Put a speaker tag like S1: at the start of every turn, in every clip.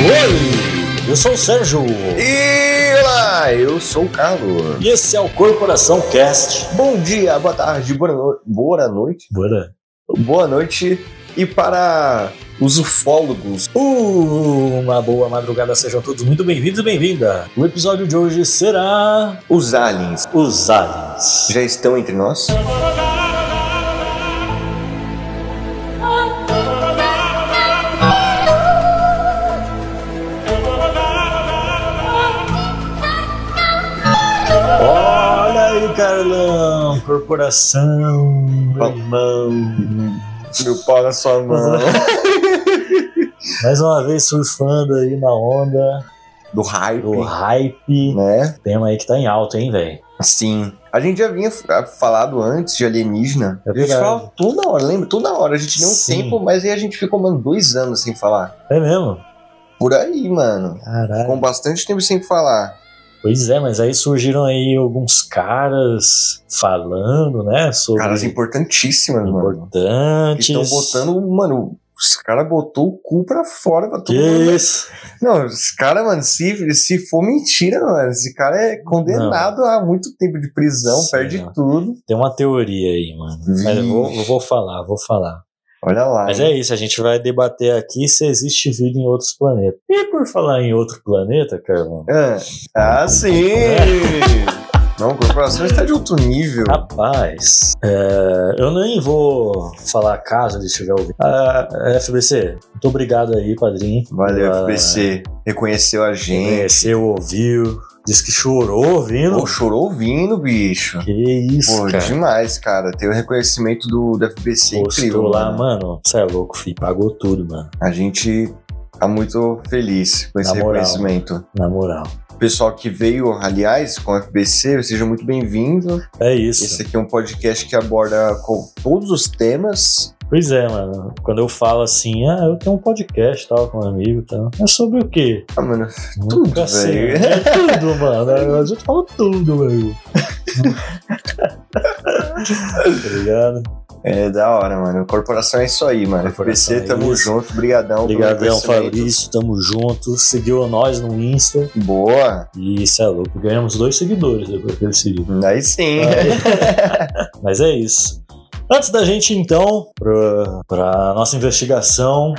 S1: Oi, eu sou o Sérgio.
S2: E olá, eu sou o Carlos.
S1: E esse é o Corporação Cast.
S2: Bom dia, boa tarde, boa, no- boa noite.
S1: Bora.
S2: Boa noite. E para os ufólogos,
S1: Uma boa madrugada, sejam todos muito bem-vindos e bem-vinda. O episódio de hoje será
S2: os aliens
S1: os aliens.
S2: já estão entre nós?
S1: Olha aí, Carlão, corporação, meu irmão.
S2: Meu pau na sua mão.
S1: Mais uma vez surfando aí na onda
S2: Do hype,
S1: do hype.
S2: né?
S1: Tema aí que tá em alta, hein, velho?
S2: Sim. A gente já vinha f- a- falado antes de alienígena.
S1: É
S2: a gente
S1: verdade.
S2: falava toda hora, lembra? Toda hora. A gente deu um
S1: Sim.
S2: tempo, mas aí a gente ficou, mano, dois anos sem falar.
S1: É mesmo?
S2: Por aí, mano.
S1: Caralho.
S2: Com bastante tempo sem falar.
S1: Pois é, mas aí surgiram aí alguns caras falando, né, sobre
S2: Caras importantíssimas, mano.
S1: importantes.
S2: Estão botando, mano, os caras botou o cu pra fora pra todo
S1: Que
S2: mundo.
S1: isso?
S2: Não, os caras, mano, se, se for mentira, mano, esse cara é condenado a muito tempo de prisão,
S1: Sim,
S2: perde
S1: não.
S2: tudo.
S1: Tem uma teoria aí, mano. Mas eu vou, eu vou falar, vou falar.
S2: Olha lá.
S1: Mas é isso, a gente vai debater aqui se existe vida em outros planetas. E por falar em outro planeta, Carlão,
S2: Ah, ah, sim! Não, a corporação está de outro nível.
S1: Ah, rapaz, é, eu nem vou falar caso ele estiver ouvindo. Ah, FBC, muito obrigado aí, padrinho.
S2: Valeu,
S1: pela-
S2: FBC. Reconheceu a gente.
S1: Conheceu, ouviu, disse que chorou ouvindo.
S2: Pô, chorou ouvindo, bicho.
S1: Que isso,
S2: Pô,
S1: cara.
S2: demais, cara. Tem o reconhecimento do, do FBC
S1: Postou
S2: incrível.
S1: lá,
S2: mano.
S1: mano. Você é louco, filho. Pagou tudo, mano.
S2: A gente tá muito feliz com esse
S1: Na moral.
S2: reconhecimento.
S1: Na moral.
S2: Pessoal que veio, aliás, com o FBC, seja muito bem-vindo.
S1: É isso.
S2: Esse aqui é um podcast que aborda com todos os temas.
S1: Pois é, mano. Quando eu falo assim, ah, eu tenho um podcast tal com um amigo e tal. É sobre o quê?
S2: Ah, mano, Tudo,
S1: Nunca sei.
S2: velho.
S1: É tudo, mano. A gente fala tudo, velho. tá ligado?
S2: é da hora, mano. Corporação é isso aí, mano.
S1: Corporação
S2: FBC,
S1: é
S2: tamo
S1: isso.
S2: junto. Brigadão pelo
S1: Obrigadão,
S2: reconhecimento.
S1: Fabrício. Tamo junto. Seguiu nós no Insta.
S2: Boa.
S1: E isso é louco. Ganhamos dois seguidores depois que ele seguiu.
S2: Aí sim.
S1: Aí. Mas é isso. Antes da gente, então, pra, pra nossa investigação,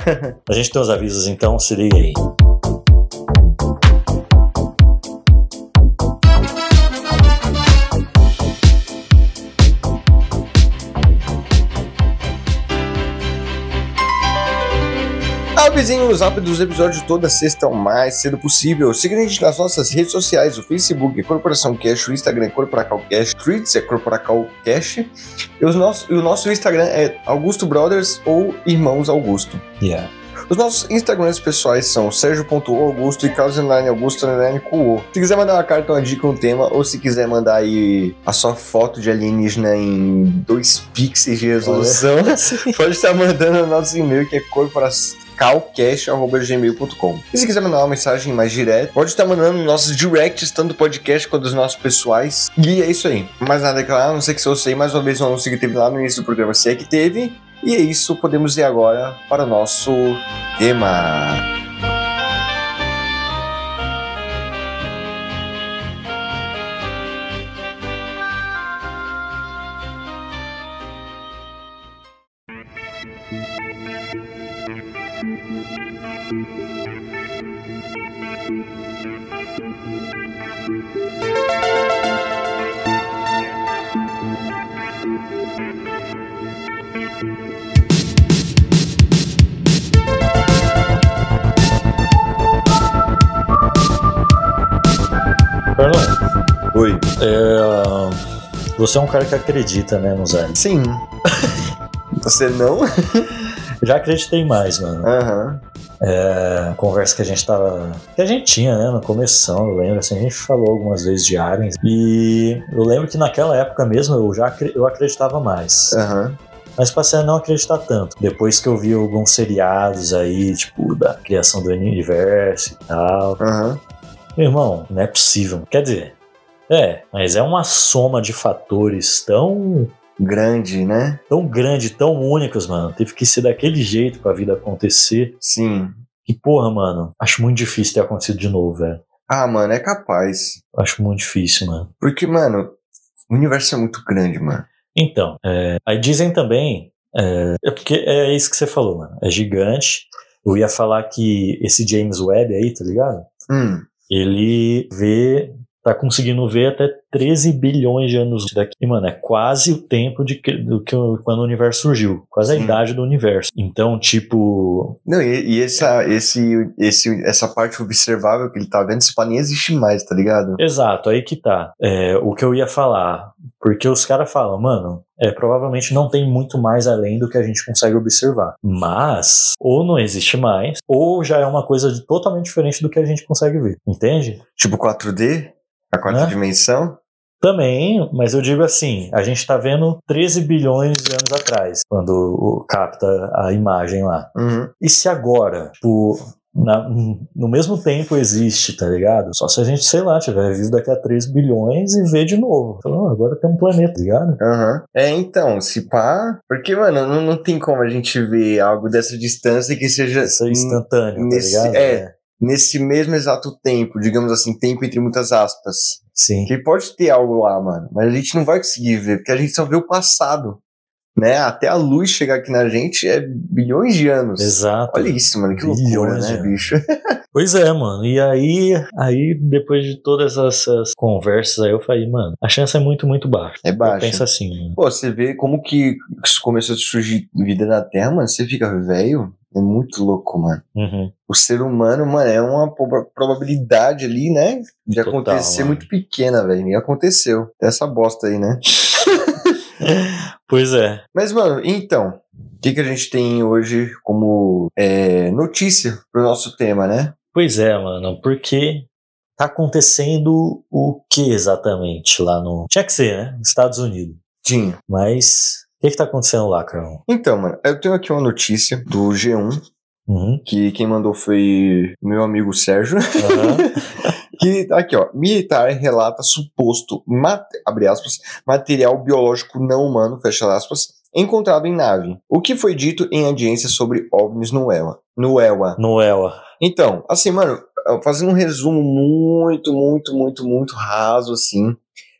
S1: a gente tem os avisos, então se liga aí.
S2: Avisinho no zap dos episódios toda sexta o mais cedo possível. Siga a gente nas nossas redes sociais, o Facebook é Corporação Cash, o Instagram é Corporacal Cash, o Tweets é Corporacal Cash, e, os nosso, e o nosso Instagram é Augusto Brothers ou Irmãos Augusto.
S1: Yeah.
S2: Os nossos Instagrams pessoais são sergio.oaugusto e carlos__augusto__cuo. Se quiser mandar uma carta, uma dica, um tema, ou se quiser mandar aí a sua foto de alienígena em 2 pixels de resolução, pode estar mandando no nosso e-mail que é corporacalcast.gmail.com. E se quiser mandar uma mensagem mais direta, pode estar mandando nos nossos directs, tanto do podcast quanto dos nossos pessoais. E é isso aí. Mais nada é claro, a não sei que se eu sei mais uma vez o anúncio que teve lá no início do programa, se é que teve. E é isso, podemos ir agora para o nosso tema.
S1: Carlão,
S2: Oi.
S1: É, você é um cara que acredita, né, nos aliens.
S2: Sim. Você não?
S1: Já acreditei mais, mano.
S2: Aham.
S1: É, conversa que a gente tava. Que a gente tinha, né? No começo, eu lembro, assim, a gente falou algumas vezes de aliens. E eu lembro que naquela época mesmo eu já acre- eu acreditava mais.
S2: Aham.
S1: Mas passei a não acreditar tanto. Depois que eu vi alguns seriados aí, tipo, da criação do universo e tal.
S2: Aham.
S1: Meu irmão, não é possível. Quer dizer, é, mas é uma soma de fatores tão
S2: Grande, né?
S1: tão grande, tão únicos, mano. Teve que ser daquele jeito pra vida acontecer.
S2: Sim.
S1: E porra, mano, acho muito difícil ter acontecido de novo, velho.
S2: Ah, mano, é capaz.
S1: Acho muito difícil, mano.
S2: Porque, mano, o universo é muito grande, mano.
S1: Então, é, aí dizem também. É, é porque é isso que você falou, mano. É gigante. Eu ia falar que esse James Webb aí, tá ligado?
S2: Hum,
S1: Ele vê. Tá conseguindo ver até 13 bilhões de anos daqui. E, mano, é quase o tempo de que, do que o- quando o universo surgiu. Quase a
S2: Sim.
S1: idade do universo. Então, tipo.
S2: Não, e, e
S1: É.
S2: essa, esse, esse, essa parte observável que ele tá vendo, esse pá nem existe mais, tá ligado?
S1: Exato, aí que tá. É, o que eu ia falar. Porque os caras falam, mano, é, provavelmente não tem muito mais além do que a gente consegue observar. Mas, ou não existe mais, ou já é uma coisa de- totalmente diferente do que a gente consegue ver. Entende?
S2: Tipo 4D, a quarta
S1: Hã?
S2: dimensão.
S1: Também, mas eu digo assim, a gente tá vendo 13 bilhões de anos atrás, quando o- capta a imagem lá.
S2: Uhum.
S1: E se agora, tipo, na- no mesmo tempo existe, tá ligado? Só se a gente, sei lá, tiver vivo daqui a 3 bilhões e vê de novo. Então, ah, agora tem um planeta, tá ligado?
S2: aham. É, então, se pá. Porque, mano, não, não tem como a gente ver algo dessa distância que seja
S1: Isso é instantâneo,
S2: nesse-
S1: tá ligado?
S2: é. nesse mesmo exato tempo, digamos assim, tempo entre muitas aspas.
S1: Sim.
S2: Que pode ter algo lá, mano, mas a gente não vai conseguir ver, porque a gente só vê o passado, né? Até a luz chegar aqui na gente é bilhões de anos.
S1: Exato.
S2: Olha isso, mano, que loucura,
S1: Bilhões de
S2: né,
S1: anos.
S2: bicho?
S1: Pois é, mano. E aí, aí, depois de todas essas conversas aí, eu falei, mano, a chance é muito, muito baixa.
S2: É
S1: Eu
S2: baixo.
S1: penso assim, mano.
S2: Pô, você vê como que isso começou a surgir vida na Terra, mano, você fica velho, é muito louco, mano.
S1: Uhum.
S2: O ser humano, mano, é uma proba- probabilidade ali, né, de
S1: Total,
S2: acontecer
S1: mano.
S2: muito pequena, velho, e aconteceu. Essa bosta aí, né?
S1: Pois é.
S2: Mas, mano, então, o que, que a gente tem hoje como é, notícia pro nosso tema, né?
S1: Pois é, mano, porque tá acontecendo o que exatamente lá no. Tinha que ser, né? Nos Estados Unidos.
S2: Dinho.
S1: Mas o que, que tá acontecendo lá, Carlão?
S2: Então, mano, eu tenho aqui uma notícia do G1,
S1: Uhum.
S2: que quem mandou foi meu amigo Sérgio,
S1: aham,
S2: que tá aqui, ó. Militar relata suposto, mate- abre aspas, material biológico não humano, fecha aspas, encontrado em nave. O que foi dito em audiência sobre OVNIs no EWA. No EWA.
S1: Noela.
S2: Então, assim, mano, fazendo um resumo muito, muito, muito, muito raso, assim.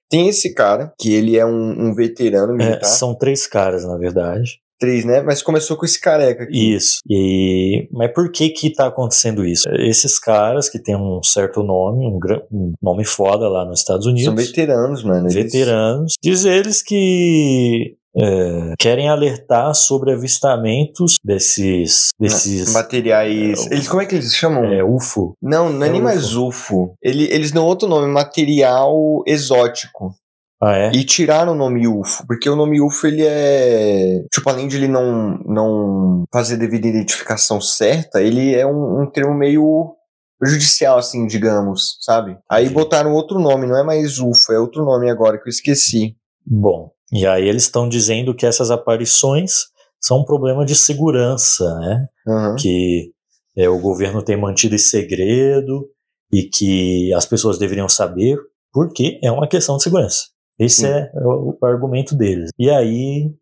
S2: Tem esse cara, que ele é um, um veterano
S1: É,
S2: militar.
S1: são três caras, na verdade.
S2: Três, né? Mas começou com esse careca aqui.
S1: Isso. E mas por que que tá acontecendo isso? Esses caras que têm um certo nome, um, gran- um nome foda lá nos Estados
S2: São
S1: Unidos,
S2: veteranos, mano. eles-
S1: veteranos, diz eles que é, querem alertar sobre avistamentos desses desses
S2: Materiais. Eles, como é que eles chamam?
S1: é, UFO.
S2: Não, não é,
S1: É
S2: nem
S1: UFO.
S2: mais UFO. Ele- eles dão outro nome, material exótico.
S1: Ah, é?
S2: E tiraram o nome UFO, porque o nome UFO ele é. Tipo, além de ele não, não fazer devida identificação certa, ele é um, um termo meio judicial, assim, digamos, sabe? Aí
S1: Entendi.
S2: botaram outro nome, não é mais UFO, é outro nome agora que eu esqueci.
S1: Bom, e aí eles estão dizendo que essas aparições são um problema de segurança, né?
S2: Aham.
S1: Que é, o governo tem mantido esse segredo e que as pessoas deveriam saber, porque é uma questão de segurança. Esse
S2: Sim.
S1: é o, o argumento deles. E aí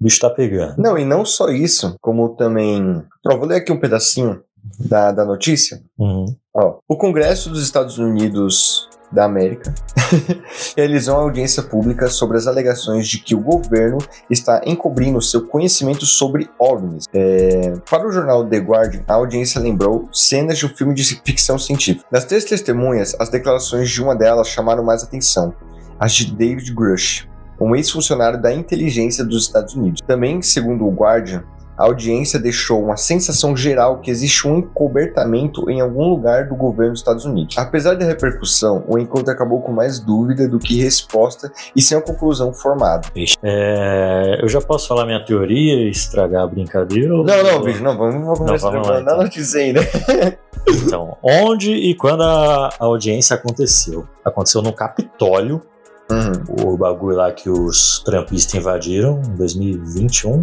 S1: o bicho tá pegando.
S2: Não, e não só isso, como também. Ó, vou ler aqui um pedacinho da, da notícia.
S1: Uhum.
S2: Ó, o Congresso dos Estados Unidos da América realizou uma audiência pública sobre as alegações de que o governo está encobrindo seu conhecimento sobre OVNIs. É, para o jornal The Guardian, a audiência lembrou cenas de um filme de ficção científica. Das três testemunhas, as declarações de uma delas chamaram mais atenção, as de David Grush, um ex-funcionário da inteligência dos Estados Unidos. Também, segundo o Guardian, a audiência deixou uma sensação geral que existe um encobertamento em algum lugar do governo dos Estados Unidos. Apesar da repercussão, o encontro acabou com mais dúvida do que resposta e sem uma conclusão formada.
S1: É, eu já posso falar minha teoria e estragar a brincadeira? ou-
S2: Não, não, bicho, não, vamos, vamos
S1: Não,
S2: começar
S1: vamos
S2: não,
S1: lá, então.
S2: notícia ainda.
S1: Então, onde e quando a a audiência aconteceu? Aconteceu no Capitólio,
S2: Uhum,
S1: o bagulho lá que os trampistas invadiram em 2021.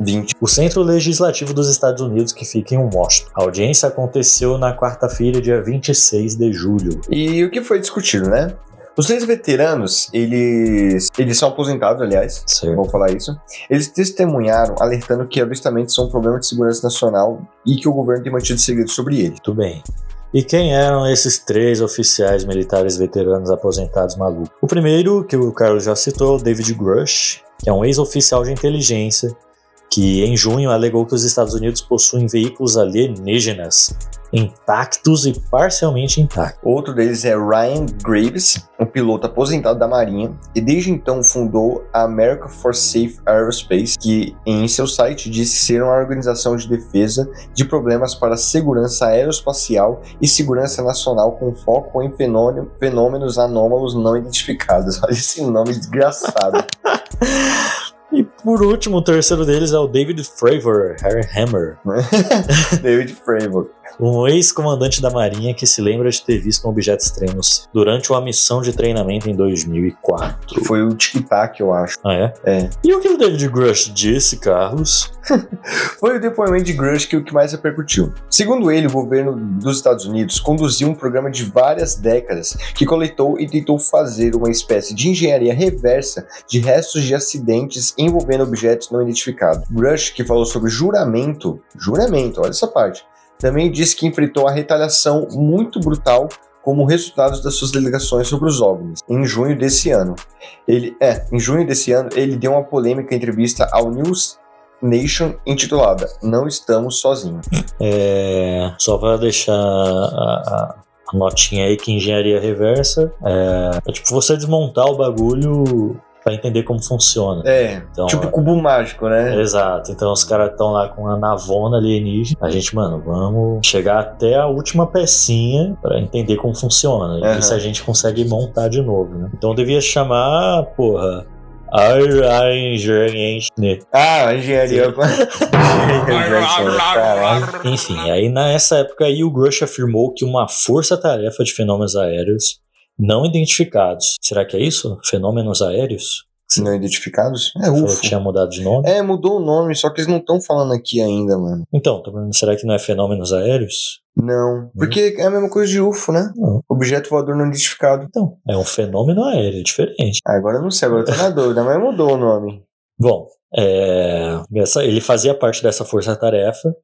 S2: 20.
S1: O Centro Legislativo dos Estados Unidos, que fica em Washington. A audiência aconteceu na quarta-feira, dia 26 de julho.
S2: E o que foi discutido, né? Os três veteranos, eles, eles são aposentados, aliás.
S1: Certo.
S2: Vou falar isso. Eles testemunharam alertando que avistamentos são um problema de segurança nacional e que o governo tem mantido segredo sobre ele.
S1: Muito bem. E quem eram esses três oficiais militares veteranos aposentados malucos? O primeiro, que o Carlos já citou, David Grush, que é um ex-oficial de inteligência, que em junho alegou que os Estados Unidos possuem veículos alienígenas intactos e parcialmente intactos.
S2: Outro deles é Ryan Graves, um piloto aposentado da Marinha, e desde então fundou a America for Safe Aerospace, que em seu site diz ser uma organização de defesa de problemas para segurança aeroespacial e segurança nacional com foco em fenômeno- fenômenos anômalos não identificados. Olha esse nome desgraçado.
S1: E por último, o terceiro deles é o David Fravor Hammer,
S2: David Fravor.
S1: um ex-comandante da Marinha que se lembra de ter visto um objeto estranho durante uma missão de treinamento em 2004.
S2: que Foi o Tic Tac, eu acho.
S1: Ah, é?
S2: É.
S1: E o que o David Grush disse, Carlos?
S2: Foi o depoimento de Grush que o que mais repercutiu. Segundo ele, o governo dos Estados Unidos conduziu um programa de várias décadas que coletou e tentou fazer uma espécie de engenharia reversa de restos de acidentes envolvendo objetos não identificados. Grush, que falou sobre juramento, juramento, olha essa parte, também disse que enfrentou a retaliação muito brutal como resultado das suas delegações sobre os OVNIs, em junho desse ano. Ele, é, em junho desse ano, ele deu uma polêmica entrevista ao News Nation intitulada Não Estamos Sozinhos.
S1: É, só para deixar a, a- a notinha aí que engenharia reversa é, é tipo você desmontar o bagulho para entender como funciona.
S2: É,
S1: Então,
S2: tipo cubo mágico, né?
S1: Exato, então os caras estão lá com a navona alienígena. A gente, mano, vamos chegar até a última pecinha pra entender como funciona. né?
S2: Aham.
S1: E se a gente consegue montar de novo, né? Então devia chamar, porra, Engineer.
S2: Ah, engenharia. Engenharia reversa, caralho.
S1: Enfim, aí nessa época aí o Grush afirmou que uma força-tarefa de fenômenos aéreos não identificados. Será que é isso? Fenômenos aéreos?
S2: Não identificados? É
S1: Falou que
S2: UFO.
S1: tinha mudado de nome?
S2: É, mudou o nome, só que eles não estão falando aqui ainda, mano.
S1: Então, tô perguntando, será que não é fenômenos aéreos?
S2: Não. Porque é a mesma coisa de UFO, né?
S1: Hum. Não.
S2: Objeto voador não identificado.
S1: Então, é um fenômeno aéreo diferente.
S2: Ah, agora eu não sei, agora eu tô na dúvida, mas mudou o nome.
S1: Bom, é, essa- ele fazia parte dessa força-tarefa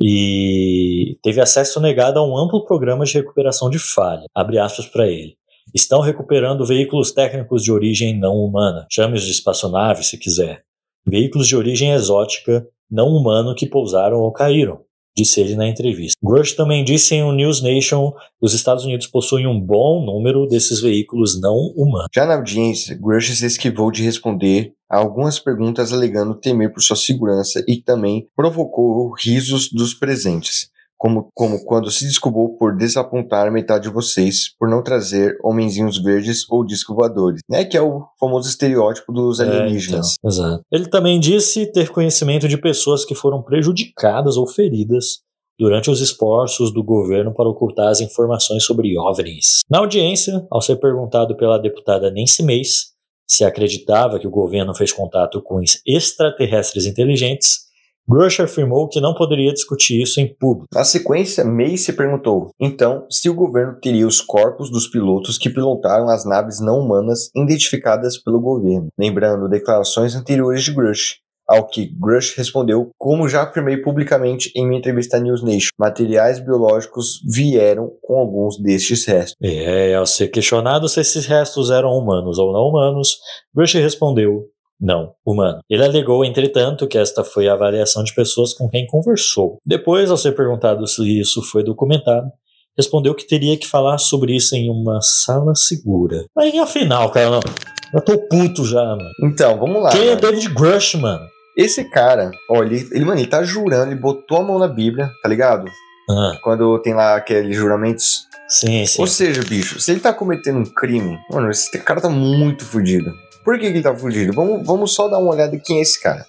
S1: e teve acesso negado a um amplo programa de recuperação de falha. Abre aspas para ele. Estão recuperando veículos técnicos de origem não humana. Chame-os de espaçonave, se quiser. Veículos de origem exótica, não humano, que pousaram ou caíram. Disse ele na entrevista. Grush também disse em um News Nation que os Estados Unidos possuem um bom número desses veículos não humanos.
S2: Já na audiência, Grush se esquivou de responder a algumas perguntas alegando temer por sua segurança e também provocou risos dos presentes, como, como quando se desculpou por desapontar metade de vocês por não trazer homenzinhos verdes ou disco voadores, né, que é o famoso estereótipo dos
S1: É,
S2: alienígenas.
S1: então, exato. Ele também disse ter conhecimento de pessoas que foram prejudicadas ou feridas durante os esforços do governo para ocultar as informações sobre OVNIs. Na audiência, ao ser perguntado pela deputada Nancy Mace se acreditava que o governo fez contato com es- extraterrestres inteligentes, Grush afirmou que não poderia discutir isso em público.
S2: Na sequência, Mace perguntou, então, se o governo teria os corpos dos pilotos que pilotaram as naves não humanas identificadas pelo governo, lembrando declarações anteriores de Grush. Ao que Grush respondeu, como já afirmei publicamente em minha entrevista à News Nation, materiais biológicos vieram com alguns destes restos.
S1: É, ao ser questionado se esses restos eram humanos ou não humanos, Grush respondeu: não, humano. Ele alegou, entretanto, que esta foi a avaliação de pessoas com quem conversou. Depois, ao ser perguntado se isso foi documentado, respondeu que teria que falar sobre isso em uma sala segura. Aí, afinal, cara, não. Eu tô puto já, mano.
S2: Então, vamos lá.
S1: Quem é
S2: mano.
S1: David Grush, mano?
S2: Esse cara, olha, ele, ele, mano, ele tá jurando, ele botou a mão na Bíblia, tá ligado?
S1: Ah,
S2: Quando tem lá aqueles juramentos
S1: sim, sim.
S2: Ou seja, bicho, se ele tá cometendo um crime, mano, esse cara tá muito fudido. Por que, que ele tá fudido? Vamos, vamos só dar uma olhada em quem é esse cara.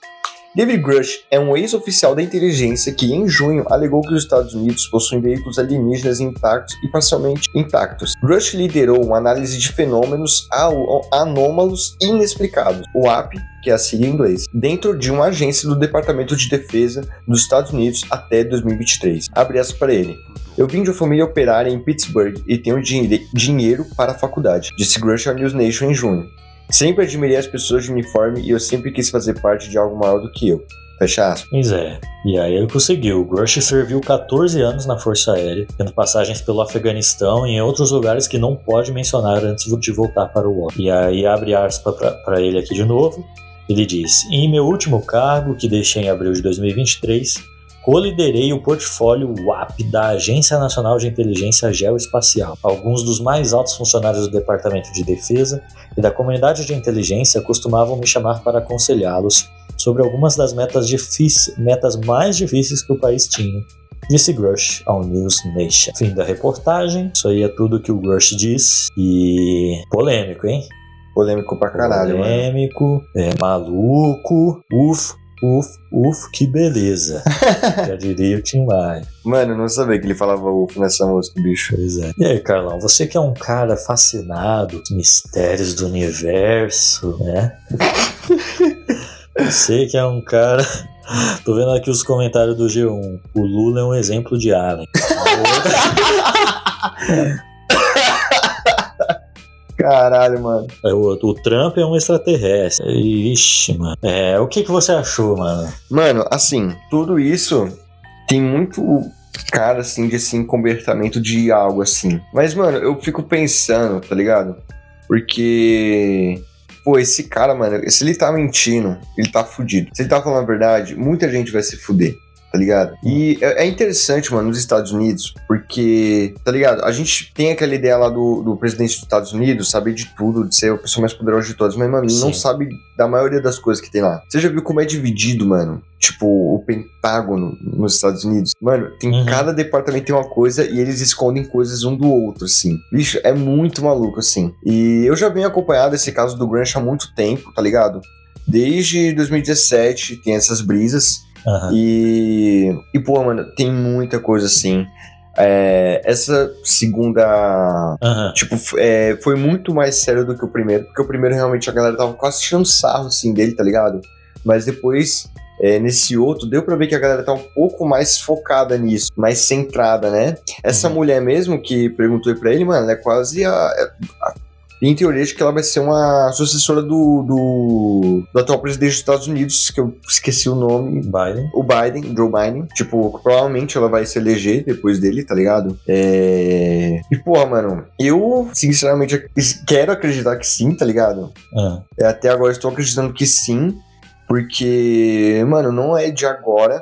S2: David Grush é um ex-oficial da inteligência que, em junho, alegou que os Estados Unidos possuem veículos alienígenas intactos e parcialmente intactos. Grush liderou uma análise de fenômenos anômalos inexplicados, o AP, que é a sigla em inglês, dentro de uma agência do Departamento de Defesa dos Estados Unidos até 2023. Abre aspas para ele. Eu vim de uma família operária em Pittsburgh e tenho din dinheiro para a faculdade, disse Grush ao News Nation em junho. Sempre admirei as pessoas de uniforme e eu sempre quis fazer parte de algo maior do que eu. Fecha aspas.
S1: Pois é. E aí ele conseguiu. Grush serviu 14 anos na Força Aérea, tendo passagens pelo Afeganistão e em outros lugares que não pode mencionar antes de voltar para o War. E aí abre aspas para ele aqui de novo. Ele diz: Em meu último cargo, que deixei em abril de 2023, coliderei o portfólio WAP da Agência Nacional de Inteligência Geoespacial. Alguns dos mais altos funcionários do Departamento de Defesa e da Comunidade de Inteligência costumavam me chamar para aconselhá-los sobre algumas das metas, difíceis, metas mais difíceis que o país tinha. Disse Grush ao News Nation. Fim da reportagem. Isso aí é tudo que o Grush diz. E. polêmico, hein?
S2: Polêmico pra caralho,
S1: Polêmico, é, maluco, ufa. Uf, uf, que beleza. Já diria o Tim Maia.
S2: Mano, não sabia que ele falava uf nessa música, bicho.
S1: Pois é. E aí, Carlão, você que é um cara fascinado, mistérios do universo, né? você que é um cara. Tô vendo aqui os comentários do G1. O Lula é um exemplo de É Alien.
S2: Caralho, mano.
S1: O, o, Trump é um extraterrestre. Ixi, mano. É, o que, que você achou, mano?
S2: Mano, assim, tudo isso tem muito cara, assim, de, assim, convertamento de algo, assim. Mas, mano, eu fico pensando, tá ligado? Porque... Pô, esse cara, mano, se ele tá mentindo, ele tá fudido. Se ele tá falando a verdade, muita gente vai se fuder tá ligado? E é interessante, mano, nos Estados Unidos, porque, tá ligado? A gente tem aquela ideia lá do, do presidente dos Estados Unidos saber de tudo, de ser a pessoa mais poderosa de todas, mas, mano, Sim. não sabe da maioria das coisas que tem lá. Você já viu como é dividido, mano? Tipo, o Pentágono nos Estados Unidos. Mano, tem uhum. cada departamento tem uma coisa e eles escondem coisas um do outro, assim. Bicho, é muito maluco, assim. E eu já venho acompanhado esse caso do Grunge há muito tempo, tá ligado? Desde 2017 tem essas brisas. Uhum. E, e, pô, mano, tem muita coisa assim. É, essa segunda, uhum. tipo, é, foi muito mais sério do que o primeiro, porque o primeiro realmente a galera tava quase tirando sarro, assim, dele, tá ligado? Mas depois, é, nesse outro, deu pra ver que a galera tá um pouco mais focada nisso, mais centrada, né? Essa uhum. mulher mesmo que perguntou pra ele, mano, ela é quase a, a tem teoria de que ela vai ser uma sucessora do, do, do, atual presidente dos Estados Unidos, que eu esqueci o nome.
S1: Biden.
S2: O Biden, Joe Biden. Tipo, provavelmente ela vai se eleger depois dele, tá ligado? É... E, porra, mano, eu sinceramente quero acreditar que sim, tá ligado? É. Até agora estou acreditando que sim, porque, mano, não é de agora,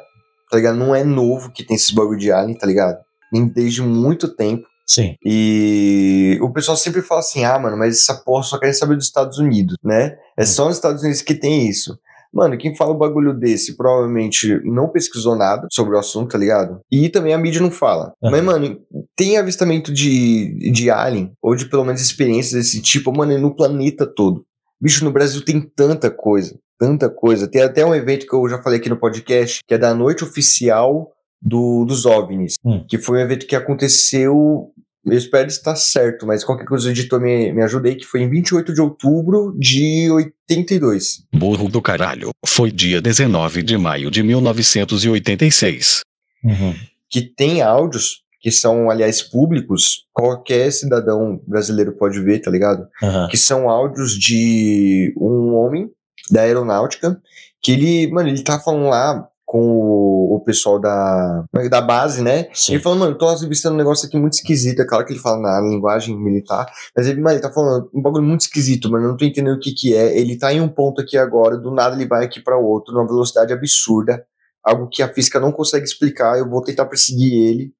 S2: tá ligado? Não é novo que tem esses bagulho de alien, tá ligado? Nem desde muito tempo.
S1: Sim.
S2: E o pessoal sempre fala assim: ah, mano, mas essa porra só quer saber dos Estados Unidos, né? É só nos Estados Unidos que tem isso. Mano, quem fala um bagulho desse provavelmente não pesquisou nada sobre o assunto, tá ligado? E também a mídia não fala. Uhum. Mas, mano, tem avistamento de, de alien, ou de pelo menos experiências desse tipo, mano, no planeta todo. Bicho, no Brasil tem tanta coisa, tanta coisa. Tem até um evento que eu já falei aqui no podcast, que é da noite oficial do, dos OVNIs, hum. que foi um evento que aconteceu, eu espero estar certo, mas qualquer coisa o editor me, me ajuda aí, que foi em 28 de outubro de 82.
S3: Burro do caralho, foi dia 19 de maio de 1986.
S2: Uhum. Que tem áudios que são, aliás, públicos, qualquer cidadão brasileiro pode ver, tá ligado? Uhum. Que são áudios de um homem da aeronáutica, que ele, mano, ele tá falando lá com o, o, pessoal da, da base, né? Sim. Ele falou, mano, tô avistando um negócio aqui muito esquisito. É claro que ele fala na linguagem militar, mas ele, mano, ele tá falando um bagulho muito esquisito, mano, eu não tô entendendo o que que é. Ele tá em um ponto aqui agora, do nada ele vai aqui para outro, numa velocidade absurda, algo que a física não consegue explicar, eu vou tentar perseguir ele.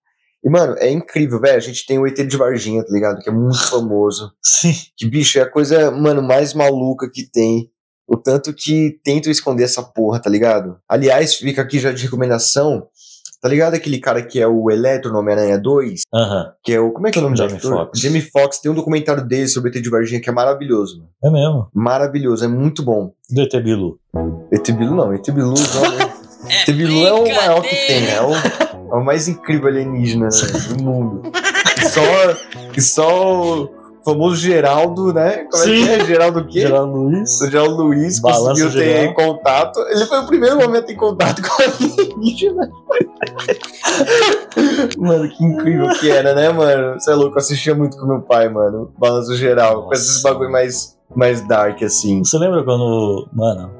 S2: E, mano, é incrível, velho. A gente tem o ET de Varginha, tá ligado? Que é muito famoso.
S1: Sim.
S2: Que, bicho, é a coisa, mano, mais maluca que tem. O tanto que tento esconder essa porra, tá ligado? Aliás, fica aqui já de recomendação Tá ligado aquele cara que é o Electro no Homem-Aranha 2?
S1: Aham.
S2: Que é o. Como é que é o nome do
S1: Jamie
S2: ator?
S1: Foxx.
S2: Jamie Foxx. Tem um documentário dele sobre o ET de Varginha que é maravilhoso, mano.
S1: É mesmo.
S2: Maravilhoso, é muito bom.
S1: Do ET Bilu.
S2: ET Bilu não, ET Bilu é não. ET Bilu é o maior que tem, né? é o, é o mais incrível alienígena né, do mundo. Que só, que só o famoso Geraldo, né? Como é que é? Geraldo o quê?
S1: Geraldo Luiz.
S2: O Geraldo Luiz
S1: Balanço
S2: conseguiu ter
S1: geral.
S2: contato. Ele foi o primeiro momento em contato com a alienígena. mano, que incrível que era, né, mano? Você é louco, eu assistia muito com meu pai, mano. Balanço geral, com
S1: Nossa.
S2: esses bagulho mais, mais dark, assim.
S1: Você lembra quando. Mano,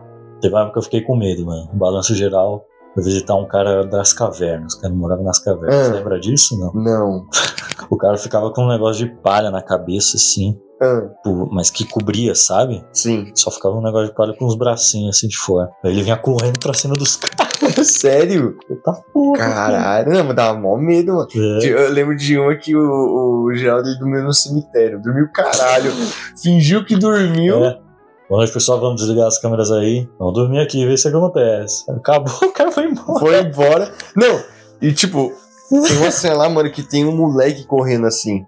S1: teve uma época que eu fiquei com medo, mano. O balanço geral foi visitar um cara das cavernas, que ele morava nas cavernas.
S2: Ah.
S1: Você lembra disso? Não.
S2: Não.
S1: O cara ficava com um negócio de palha na cabeça, assim,
S2: Ah,
S1: tipo, mas que cobria, sabe?
S2: sim.
S1: Só ficava um negócio de palha com os bracinhos assim de fora. Aí ele vinha correndo pra cima dos caras.
S2: Sério?
S1: Tá porra.
S2: Caralho. Não, mas dava mó medo, mano.
S1: É.
S2: Eu lembro de uma que o, o Geraldo ele dormiu no cemitério. Dormiu caralho. Fingiu que dormiu.
S1: É. Boa noite, pessoal. Vamos desligar as câmeras aí. Vamos dormir aqui, ver se é que acontece. Acabou, o cara foi embora.
S2: Foi embora. Não, e tipo, tem uma cena lá, mano, que tem um moleque correndo assim.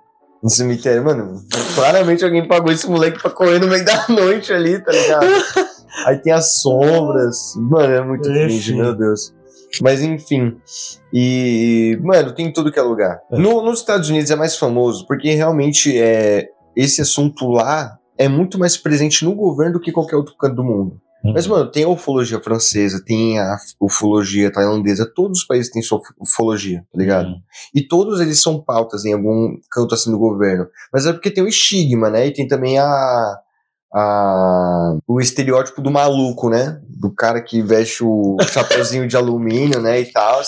S2: No cemitério, mano. Claramente alguém pagou esse moleque pra correr no meio da noite ali, tá ligado? Aí tem as sombras. Mano, é muito
S1: Enfim.
S2: cringe, meu Deus. Mas enfim. E, mano, tem em tudo que é lugar.
S1: É.
S2: No- nos Estados Unidos é mais famoso, porque realmente é, esse assunto lá é muito mais presente no governo do que qualquer outro canto do mundo. Mas, mano, tem a ufologia francesa, tem a ufologia tailandesa, todos os países têm sua uf- ufologia, tá ligado?
S1: Hum.
S2: E todos eles são pautas em algum canto assim do governo. Mas é porque tem o estigma, né? E tem também a. a- o estereótipo do maluco, né? Do cara que veste o chapeuzinho de alumínio, né? E tal.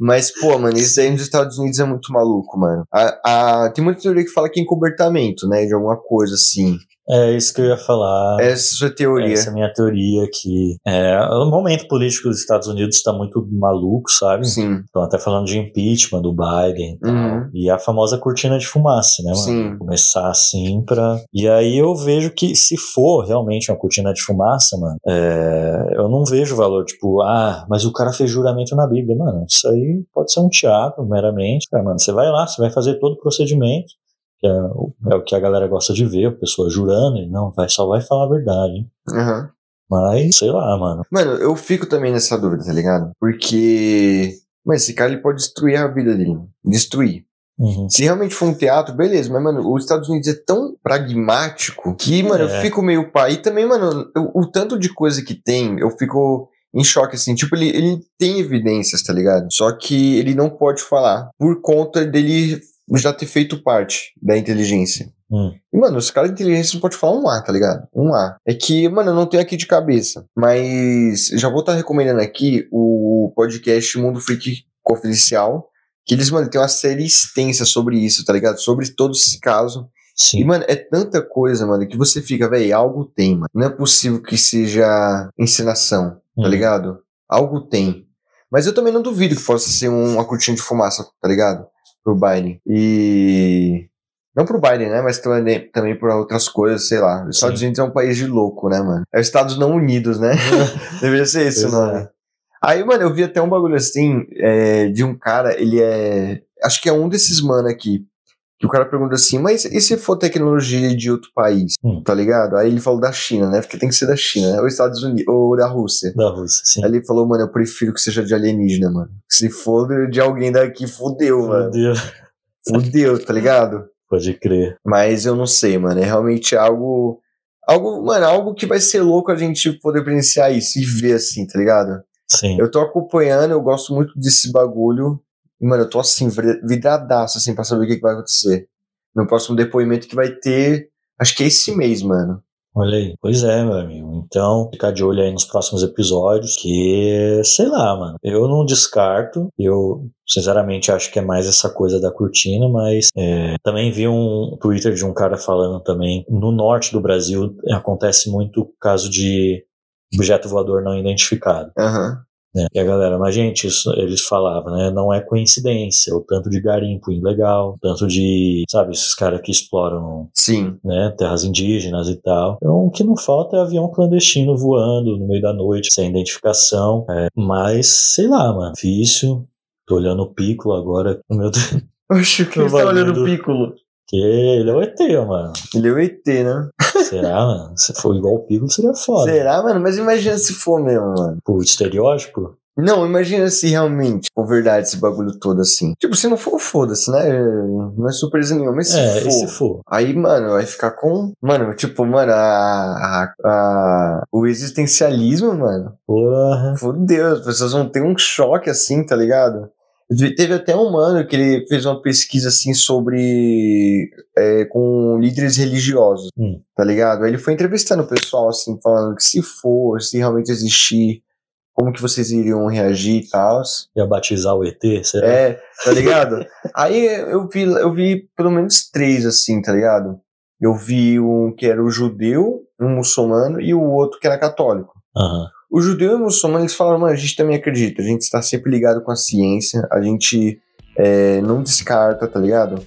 S2: Mas, pô, mano, isso aí nos Estados Unidos é muito maluco, mano. A- a- tem muita teoria que fala que é encobertamento, né? De alguma coisa assim.
S1: É isso que eu ia falar.
S2: Essa é a sua teoria.
S1: Ah. Essa é a minha teoria que é, o momento político dos Estados Unidos está muito maluco, sabe?
S2: Sim.
S1: Estão até falando de impeachment do Biden e tal.
S2: Uhum.
S1: E a famosa cortina de fumaça, né, mano?
S2: Sim.
S1: Começar assim pra. E aí eu vejo que se for realmente uma cortina de fumaça, mano, é, eu não vejo valor, tipo, ah, mas o cara fez juramento na Bíblia, mano. Isso aí pode ser um teatro, meramente, cara, mano. Você vai lá, você vai fazer todo o procedimento. Que é, o- é o que a galera gosta de ver, a pessoa jurando, e não, vai, só vai falar a verdade, hein?
S2: Aham.
S1: Mas, sei lá, mano.
S2: Mano, eu fico também nessa dúvida, tá ligado? Porque. Mas esse cara ele pode destruir a vida dele. mano. Destruir.
S1: Uhum.
S2: Se realmente for um teatro, beleza, mas, mano, os Estados Unidos é tão pragmático que, mano, eu
S1: É.
S2: fico meio pai. E também, mano, eu- o tanto de coisa que tem, eu fico em choque, assim. Tipo, ele, ele tem evidências, tá ligado? Só que ele não pode falar por conta dele já ter feito parte da inteligência.
S1: Hum.
S2: E, mano, os caras de inteligência não pode falar um A, tá ligado? Um A. É que, mano, eu não tenho aqui de cabeça. Mas já vou estar recomendando aqui o podcast Mundo Freak Confidencial. Que eles, mano, tem uma série extensa sobre isso, tá ligado? Sobre todo esse caso. E,
S1: Sim.
S2: mano, é tanta coisa, mano, que você fica, velho, algo tem, mano. Não é possível que seja encenação tá
S1: Hum.
S2: ligado? Algo tem. Mas eu também não duvido que possa ser um- uma cortina de fumaça, tá ligado? Pro Biden. E. Não pro Biden, né? Mas também, também pra outras coisas, sei lá. Os Estados
S1: Sim.
S2: Unidos é um país de louco, né, mano? É os Estados não unidos, né? Deveria ser esse o
S1: Pois
S2: nome.
S1: é.
S2: Aí, mano, eu vi até um bagulho assim é, de um cara, ele é. Acho que é um desses mano aqui. Que o cara pergunta assim, mas e se for tecnologia de outro país?
S1: Hum.
S2: Tá ligado? Aí ele falou da China, né? Porque tem que ser da China, né? Ou Estados Unidos, ou da Rússia.
S1: Da Rússia, sim.
S2: Aí ele falou, mano, eu prefiro que seja de alienígena, mano. Se for de- de alguém daqui, fudeu,
S1: Meu
S2: mano.
S1: Deus.
S2: Fudeu, tá ligado?
S1: Pode crer.
S2: Mas eu não sei, mano. É realmente algo. Algo, mano, algo que vai ser louco a gente poder presenciar isso e ver assim, tá ligado?
S1: Sim.
S2: Eu tô acompanhando, eu gosto muito desse bagulho. E, mano, eu tô assim, vira- vidradaço, assim, pra saber o que, que vai acontecer. No próximo depoimento que vai ter. Acho que é esse mês, mano.
S1: Olha aí. Pois é, meu amigo. Então, ficar de olho aí nos próximos episódios, que, sei lá, mano. Eu não descarto. Eu, sinceramente, acho que é mais essa coisa da cortina, mas é, também vi um Twitter de um cara falando também. No norte do Brasil acontece muito caso de objeto voador não identificado.
S2: Aham.
S1: né? E a galera, mas gente, isso, eles falavam, né? Não é coincidência o tanto de garimpo ilegal, o tanto de, sabe, esses caras que exploram,
S2: Sim.
S1: né, terras indígenas e tal. Então, o que não falta é avião clandestino voando no meio da noite, sem identificação. é, mas, sei lá, mano, difícil. Tô olhando o Piccolo agora. Meu Deus,
S2: Oxe, o que
S1: Eu
S2: ele tá
S1: vou
S2: olhando
S1: vendo.
S2: o Piccolo?
S1: que ele é o ET, mano.
S2: Ele é o ET, né?
S1: Será, mano? Se for igual o Piccolo, seria foda.
S2: Será, mano? Mas imagina se for mesmo, mano.
S1: Por estereótipo?
S2: Não, imagina se realmente for verdade esse bagulho todo assim. Tipo, se não for, foda-se, né? Não é surpresa nenhuma, mas se
S1: é,
S2: for.
S1: e se for?
S2: Aí, mano, vai ficar com. Mano, tipo, mano, a, a- a- o existencialismo, mano.
S1: Porra.
S2: Fudeu, as pessoas vão ter um choque assim, tá ligado? Te- Teve até um mano que ele fez uma pesquisa assim sobre. é, com líderes religiosos,
S1: Hum.
S2: tá ligado? Aí ele foi entrevistando o pessoal, assim, falando que se for, se realmente existir, como que vocês iriam reagir e tal.
S1: Ia batizar o ET? Será?
S2: É, tá ligado? Aí eu vi, eu vi pelo menos três, assim, tá ligado? Eu vi um que era o judeu, um muçulmano e o outro que era católico.
S1: Aham.
S2: O judeu e o muçulmano, eles falaram, mano, a gente também acredita, a gente está sempre ligado com a ciência, a gente é, não descarta, tá ligado?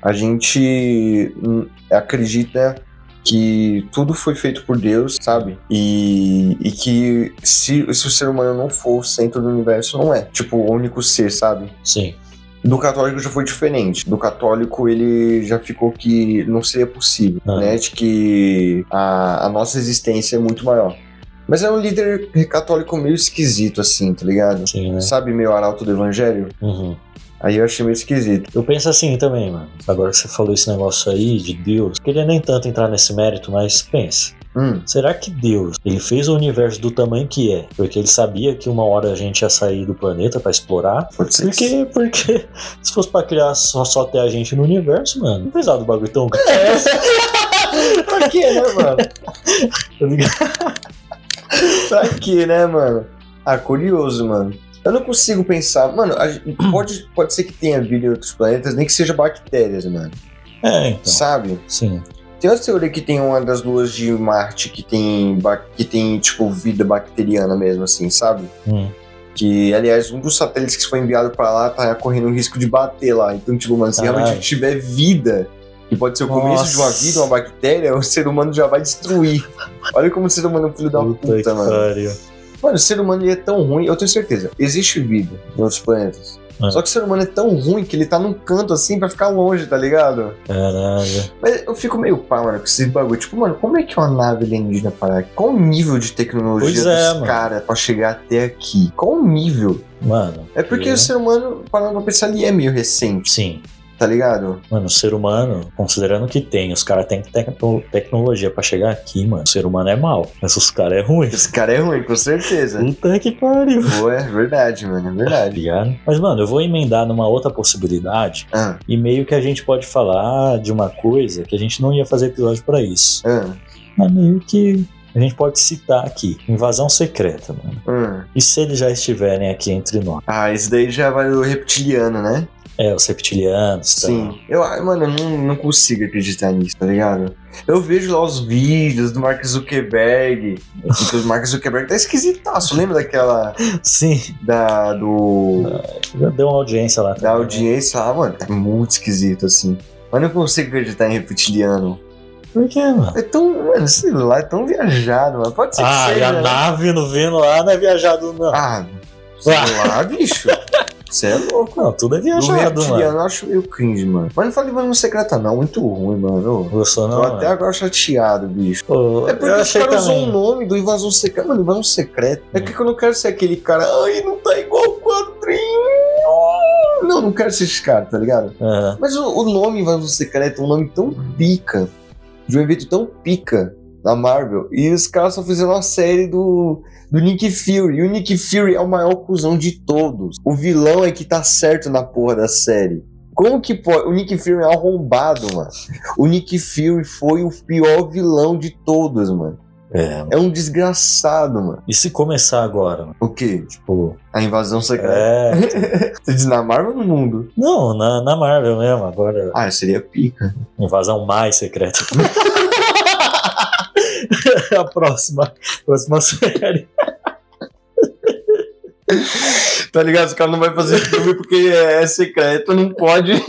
S2: A gente hum, acredita que tudo foi feito por Deus, sabe? E, e que se, se o ser humano não for o centro do universo, não é. Tipo, o único ser, sabe?
S1: Sim.
S2: Do católico já foi diferente. Do católico ele já ficou que não seria possível,
S1: Ah.
S2: né? De que a, a nossa existência é muito maior. Mas é um líder católico meio esquisito, assim, tá ligado?
S1: Sim, né?
S2: Sabe meio arauto do evangelho?
S1: Uhum.
S2: Aí eu achei meio esquisito.
S1: Eu penso assim também, mano. Agora que você falou esse negócio aí de Deus, queria nem tanto entrar nesse mérito, mas pensa.
S2: Hum,
S1: Será que Deus, ele fez o universo do tamanho que é? Porque ele sabia que uma hora a gente ia sair do planeta pra explorar?
S2: pode ser. que
S1: Porque, porque se fosse pra criar só, só ter a gente no universo, mano, não precisava do bagulho tão grande,
S2: sim. pra quê, né, mano?
S1: tá ligado?
S2: pra quê, né, mano? Ah, curioso, mano. Eu não consigo pensar. Mano, a gente- pode, pode ser que tenha vida em outros planetas, nem que seja bactérias, mano.
S1: É, então.
S2: Sabe?
S1: Sim.
S2: Tem uma teoria que tem uma das luas de Marte que tem, ba- que tem tipo, vida bacteriana mesmo, assim, sabe?
S1: Hum.
S2: Que, aliás, um dos satélites que foi enviado pra lá tá correndo o risco de bater lá. Então, tipo, mano, se
S1: Caralho.
S2: realmente tiver vida, que pode ser o começo
S1: Nossa.
S2: de uma vida, uma bactéria, o ser humano já vai destruir. Olha como o ser humano é um filho da puta,
S1: que
S2: mano.
S1: pariu.
S2: Mano, o ser humano ele é tão ruim, eu tenho certeza, existe vida em outros planetas.
S1: É.
S2: Só que o ser humano é tão ruim que ele tá num canto assim pra ficar longe, tá ligado?
S1: Caralho.
S2: Mas eu fico meio pá, mano, com esse bagulho. Tipo, mano, como é que uma nave alienígena parar aqui? Qual o nível de tecnologia
S1: Pois é,
S2: dos
S1: mano.
S2: caras pra chegar até aqui? Qual o nível?
S1: Mano.
S2: É porque
S1: que-
S2: o ser humano, parando pra pensar, ele é meio recente,
S1: Sim.
S2: tá ligado?
S1: Mano, o ser humano, considerando que tem, os caras têm tecno- tecnologia pra chegar aqui, mano. O ser humano é mal, mas os caras é ruim.
S2: Esse cara é ruim, com certeza.
S1: Puta que pariu.
S2: Pô, é verdade, mano, é
S1: Tá
S2: verdade.
S1: ligado? Mas, mano, eu vou emendar numa outra possibilidade
S2: Ah,
S1: e meio que a gente pode falar de uma coisa que a gente não ia fazer episódio pra isso.
S2: ah,
S1: Mas meio que a gente pode citar aqui: invasão secreta, mano.
S2: ah.
S1: E se eles já estiverem aqui entre nós?
S2: Ah, esse daí já vai o reptiliano, né?
S1: É, os reptilianos, tá?
S2: Sim. Eu, ah, mano, eu não, não consigo acreditar nisso, tá ligado? Eu vejo lá os vídeos do Mark Zuckerberg. que o Mark Zuckerberg tá esquisitaço. Lembra daquela.
S1: Sim.
S2: Da, do,
S1: Já deu uma audiência lá.
S2: da
S1: também, né?
S2: audiência lá, mano? É muito esquisito, assim. Mas não consigo acreditar em reptiliano.
S1: Por que, mano?
S2: É tão. Mano, sei lá, é tão viajado, mano. Pode ser que
S1: Ah, e
S2: seja.
S1: a
S2: né?
S1: nave não vendo lá não é viajado, não.
S2: Ah, sei lá, bicho. Você é louco.
S1: Não, tudo é
S2: Do
S1: Ah. viajado, mano.
S2: reptiliano eu acho meio cringe, mano. Mas não fala de Mano Secreta, não. Muito ruim, mano.
S1: Gostou
S2: Tô
S1: não?
S2: até
S1: mano?
S2: agora chateado, bicho.
S1: Pô,
S2: É porque
S1: eu
S2: os
S1: achei
S2: caras usam
S1: também.
S2: o nome do invasão secreta. Mano, invasão secreta. É que eu não quero ser aquele cara. Ai, não tá igual o quadrinho. Não, não quero ser esse cara, tá ligado?
S1: Aham.
S2: Mas o, o nome invasão secreta é um nome tão pica. De um evento tão pica da Marvel. E os caras só fizeram uma série do, do Nick Fury. E o Nick Fury é o maior cuzão de todos. O vilão é que tá certo na porra da série. Como que pode? O Nick Fury é arrombado, mano. O Nick Fury foi o pior vilão de todos, mano.
S1: É.
S2: É um desgraçado, mano.
S1: E se começar agora, mano?
S2: O quê?
S1: Tipo,
S2: A invasão secreta.
S1: é.
S2: Você diz na Marvel ou no mundo?
S1: Não, na, na Marvel mesmo, agora.
S2: Ah, seria pica.
S1: Invasão mais secreta. a próxima, próxima série.
S2: Tá ligado? Os caras não vai fazer filme porque é secreto, não pode.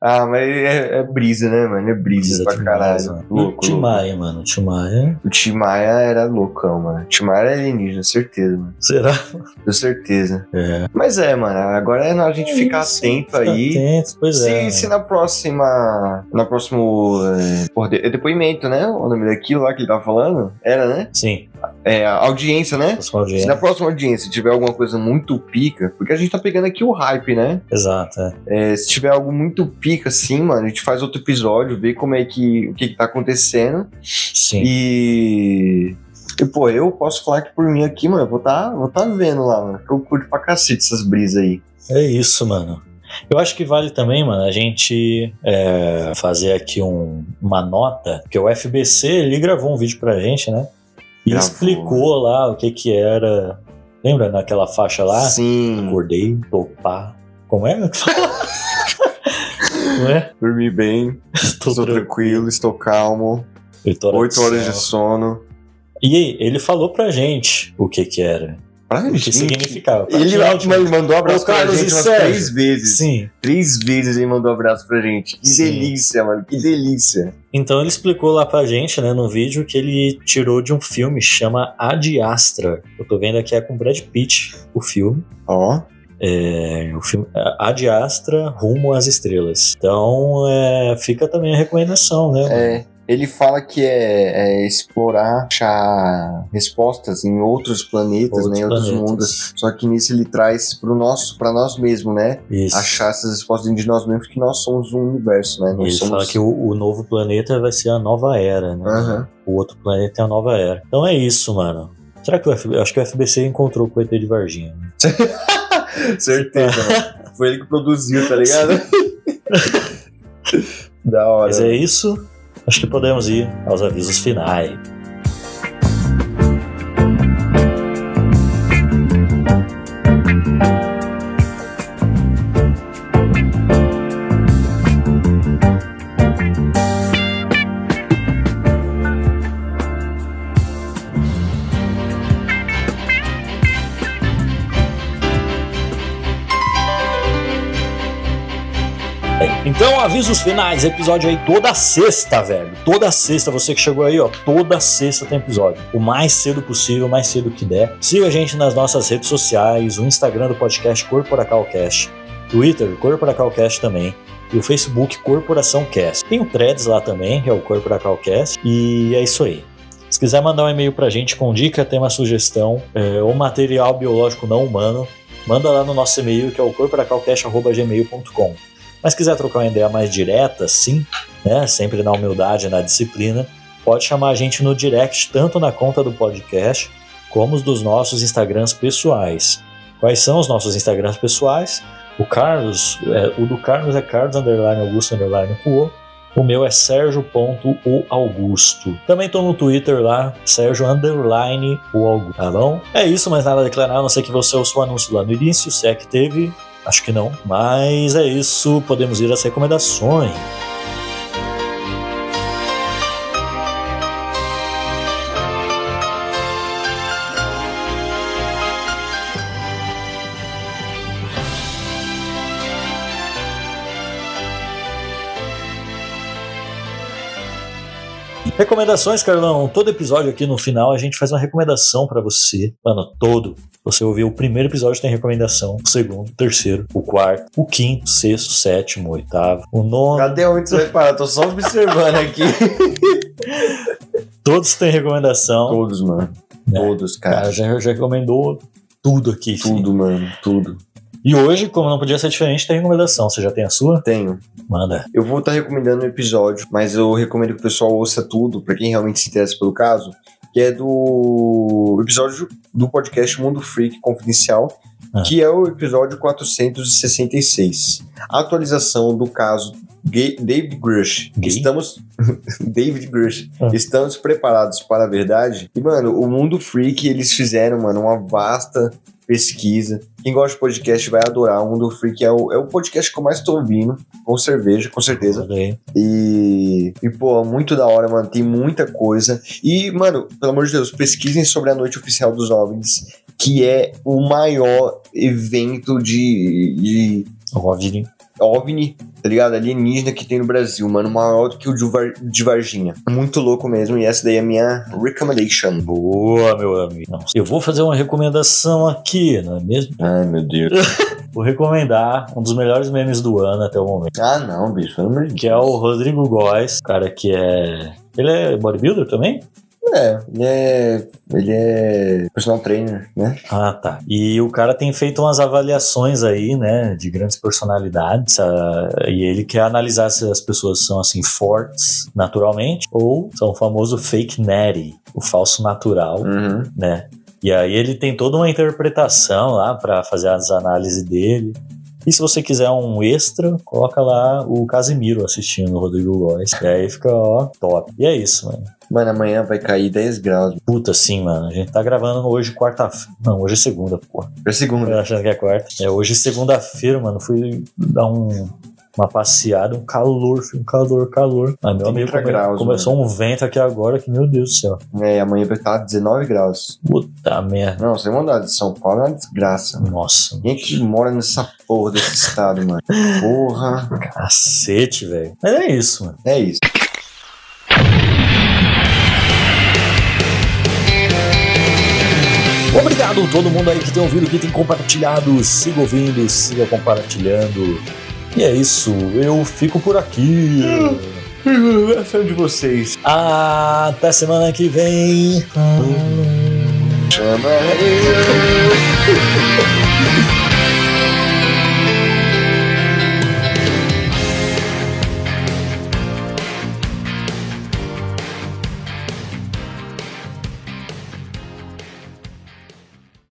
S2: ah, mas é, é brisa, né, mano? É brisa, pra caralho.
S1: Louco, Tim Maia, mano. é? Tim Maia.
S2: O Tim Maia era loucão, mano. O Tim Maia era alienígena, certeza, mano.
S1: Será?
S2: Tenho certeza.
S1: É.
S2: Mas é, mano, agora é na gente
S1: É
S2: ficar
S1: isso,
S2: atento
S1: Fica
S2: aí.
S1: atento, pois
S2: se,
S1: é. mano.
S2: se na próxima. Na próximo. É, porra, de- é depoimento, né? O nome daquilo lá que ele tava falando? Era, né?
S1: Sim,
S2: É, a audiência, né?
S1: pessoal de.
S2: Se na próxima audiência tiver alguma coisa muito pica, porque a gente tá pegando aqui o hype, né?
S1: Exato, é.
S2: É, se tiver algo muito pica assim, mano, a gente faz outro episódio, vê como é que. o que, que tá acontecendo.
S1: Sim.
S2: E. E, pô, eu posso falar que por mim aqui, mano, eu vou tá, vou tá vendo lá, mano. Que eu curto pra cacete essas brisas aí.
S1: É isso, mano. Eu acho que vale também, mano, a gente é, fazer aqui um- uma nota, porque o FBC ele gravou um vídeo pra gente, né? E
S2: Gravou.
S1: explicou lá o que que era. Lembra naquela faixa lá?
S2: Sim.
S1: Acordei, topar. Como é? que fala? Não é?
S2: Dormi bem,
S1: Estou
S2: estou
S1: tranquilo.
S2: tranquilo, estou calmo.
S1: Oito
S2: Oito horas de
S1: sono.
S2: sono.
S1: E aí, ele falou pra gente o que que era.
S2: Pra
S1: O que significava. Pra
S2: Ele
S1: tirar o
S2: mano, mandou um abraço
S1: Ô,
S2: pra
S1: Carlos
S2: gente
S1: e
S2: umas
S1: Sérgio.
S2: três vezes.
S1: Sim.
S2: Três vezes ele mandou um abraço pra gente. Que
S1: Sim.
S2: delícia, mano. Que delícia.
S1: Então ele explicou lá pra gente, né, no vídeo, que ele tirou de um filme chama Ad Astra. Eu tô vendo aqui é com Brad Pitt o filme.
S2: Ó.
S1: É, o filme é Ad Astra Rumo às Estrelas. Então é, fica também a recomendação, né?
S2: É. Ele fala que é, é explorar, achar respostas em outros planetas, né, em outros
S1: planetas.
S2: mundos. Só que nisso ele traz pro nosso, para nós mesmos, né?
S1: Isso.
S2: Achar essas respostas dentro de nós mesmos, que nós somos um universo, né? Nós
S1: Ele
S2: somos...
S1: fala que o, o novo planeta vai ser a nova era, né?
S2: Aham.
S1: O outro planeta é a nova era. Então é isso, mano. Será que o F... acho que o FBC encontrou com o ET de Varginha? né?
S2: Certeza, mano. Foi ele que produziu, tá ligado? da hora.
S1: Mas é isso. Acho que podemos ir aos avisos finais. Então, avisos finais, episódio aí toda sexta, velho. Toda sexta, você que chegou aí, ó, toda sexta tem episódio. O mais cedo possível, o mais cedo que der. Siga a gente nas nossas redes sociais, o Instagram do podcast Corporacalcast, Twitter Corporacalcast também. E o Facebook Corporação Cast. Tem o Threads lá também, que é o Corporacalcast. E é isso aí. Se quiser mandar um e-mail pra gente com dica, tema, sugestão é, ou material biológico não humano, manda lá no nosso e-mail, que é o corporacalcast.gmail.com. Mas quiser trocar uma ideia mais direta, sim, né? Sempre na humildade, na disciplina, pode chamar a gente no direct, tanto na conta do podcast, como os dos nossos Instagrams pessoais. Quais são os nossos Instagrams pessoais? O Carlos, é, o do Carlos é Carlos underline Augusto underline Cuo. O meu é Sérgio.oAugusto. Também tô no Twitter lá, Sérgio underline o Augusto, tá bom? É isso, mas nada a declarar, a não ser que você ouça o anúncio lá no início, se é que teve, Acho que não, mas é isso. Podemos ir às recomendações. Recomendações, Carlão. Todo episódio aqui no final a gente faz uma recomendação pra você. Mano, todo. Você ouviu o primeiro episódio tem recomendação, o segundo, o terceiro, o quarto, o quinto, o sexto, o sétimo, o oitavo, o nono.
S2: Cadê onde você vai parar? Tô só observando aqui.
S1: Todos têm recomendação.
S2: Todos, mano.
S1: É.
S2: Todos,
S1: Cara,
S2: cara.
S1: já, já recomendou tudo aqui. filho.
S2: Tudo, mano. Tudo.
S1: E hoje, como não podia ser diferente, tem recomendação. Você já tem a sua?
S2: Tenho.
S1: Manda.
S2: Eu vou estar recomendando um episódio, mas eu recomendo que o pessoal ouça tudo, pra quem realmente se interessa pelo caso, que é do episódio do podcast Mundo Freak Confidencial,
S1: Ah.
S2: que é o episódio 466. Atualização do caso Ga- David Grush.
S1: Gay?
S2: Estamos. David Grush.
S1: Ah.
S2: Estamos preparados para a verdade? E, mano, o Mundo Freak, eles fizeram, mano, uma vasta pesquisa. Quem gosta de podcast vai adorar. O Mundo Freak é o, é o podcast que eu mais tô ouvindo, com cerveja, com certeza.
S1: Manda aí.
S2: E, e, pô, muito da hora, mano. Tem muita coisa. E, mano, pelo amor de Deus, pesquisem sobre a noite oficial dos OVNIs. que é o maior evento de, de
S1: Óbvio.
S2: OVNI, tá ligado? Alienígena que tem no Brasil, mano. Maior do que o de, Var- de Varginha. Muito louco mesmo. E essa daí é a minha recommendation.
S1: Boa, meu amigo. Não, Eu vou fazer uma recomendação aqui, não é mesmo?
S2: Ai, meu Deus.
S1: Vou recomendar um dos melhores memes do ano até o momento.
S2: ah, não, bicho. Pelo amor de
S1: Que é o Rodrigo Góes, cara que é. Ele é bodybuilder também?
S2: É, ele é. Ele é. Personal trainer, né?
S1: Ah, tá. E o cara tem feito umas avaliações aí, né, de grandes personalidades, ah, e ele quer analisar se as pessoas são, assim, fortes naturalmente ou são o famoso fake natty, o falso natural,
S2: Uhum.
S1: né? E aí ele tem toda uma interpretação lá pra fazer as análises dele. E se você quiser um extra, coloca lá o Casimiro assistindo o Rodrigo Góes. E aí fica, ó, top. E é isso, mano.
S2: Mano, amanhã vai cair 10 graus.
S1: Puta, sim, mano. A gente tá gravando hoje quarta-feira. Não, hoje é segunda, porra.
S2: Pra
S1: Eu
S2: segunda.
S1: tô achando que é quarta. É, hoje segunda-feira, mano, fui dar um- uma passeada, um calor, filho, um calor, calor. Ah, meu
S2: 30
S1: amigo, come-
S2: graus,
S1: começou um vento aqui agora que, meu Deus do céu.
S2: É, e amanhã vai estar 19 graus.
S1: Puta merda.
S2: Não, sem mandado de São Paulo é uma desgraça. mano.
S1: Nossa,
S2: Quem é que mora nessa porra desse estado, mano? Porra.
S1: cacete, velho. Mas é isso, mano.
S2: É isso.
S1: Obrigado a todo mundo aí que tem ouvido, que tem compartilhado. Siga ouvindo, siga compartilhando. E é isso, eu fico por aqui.
S2: Ação de vocês.
S1: Até semana que vem.
S2: Chama eu.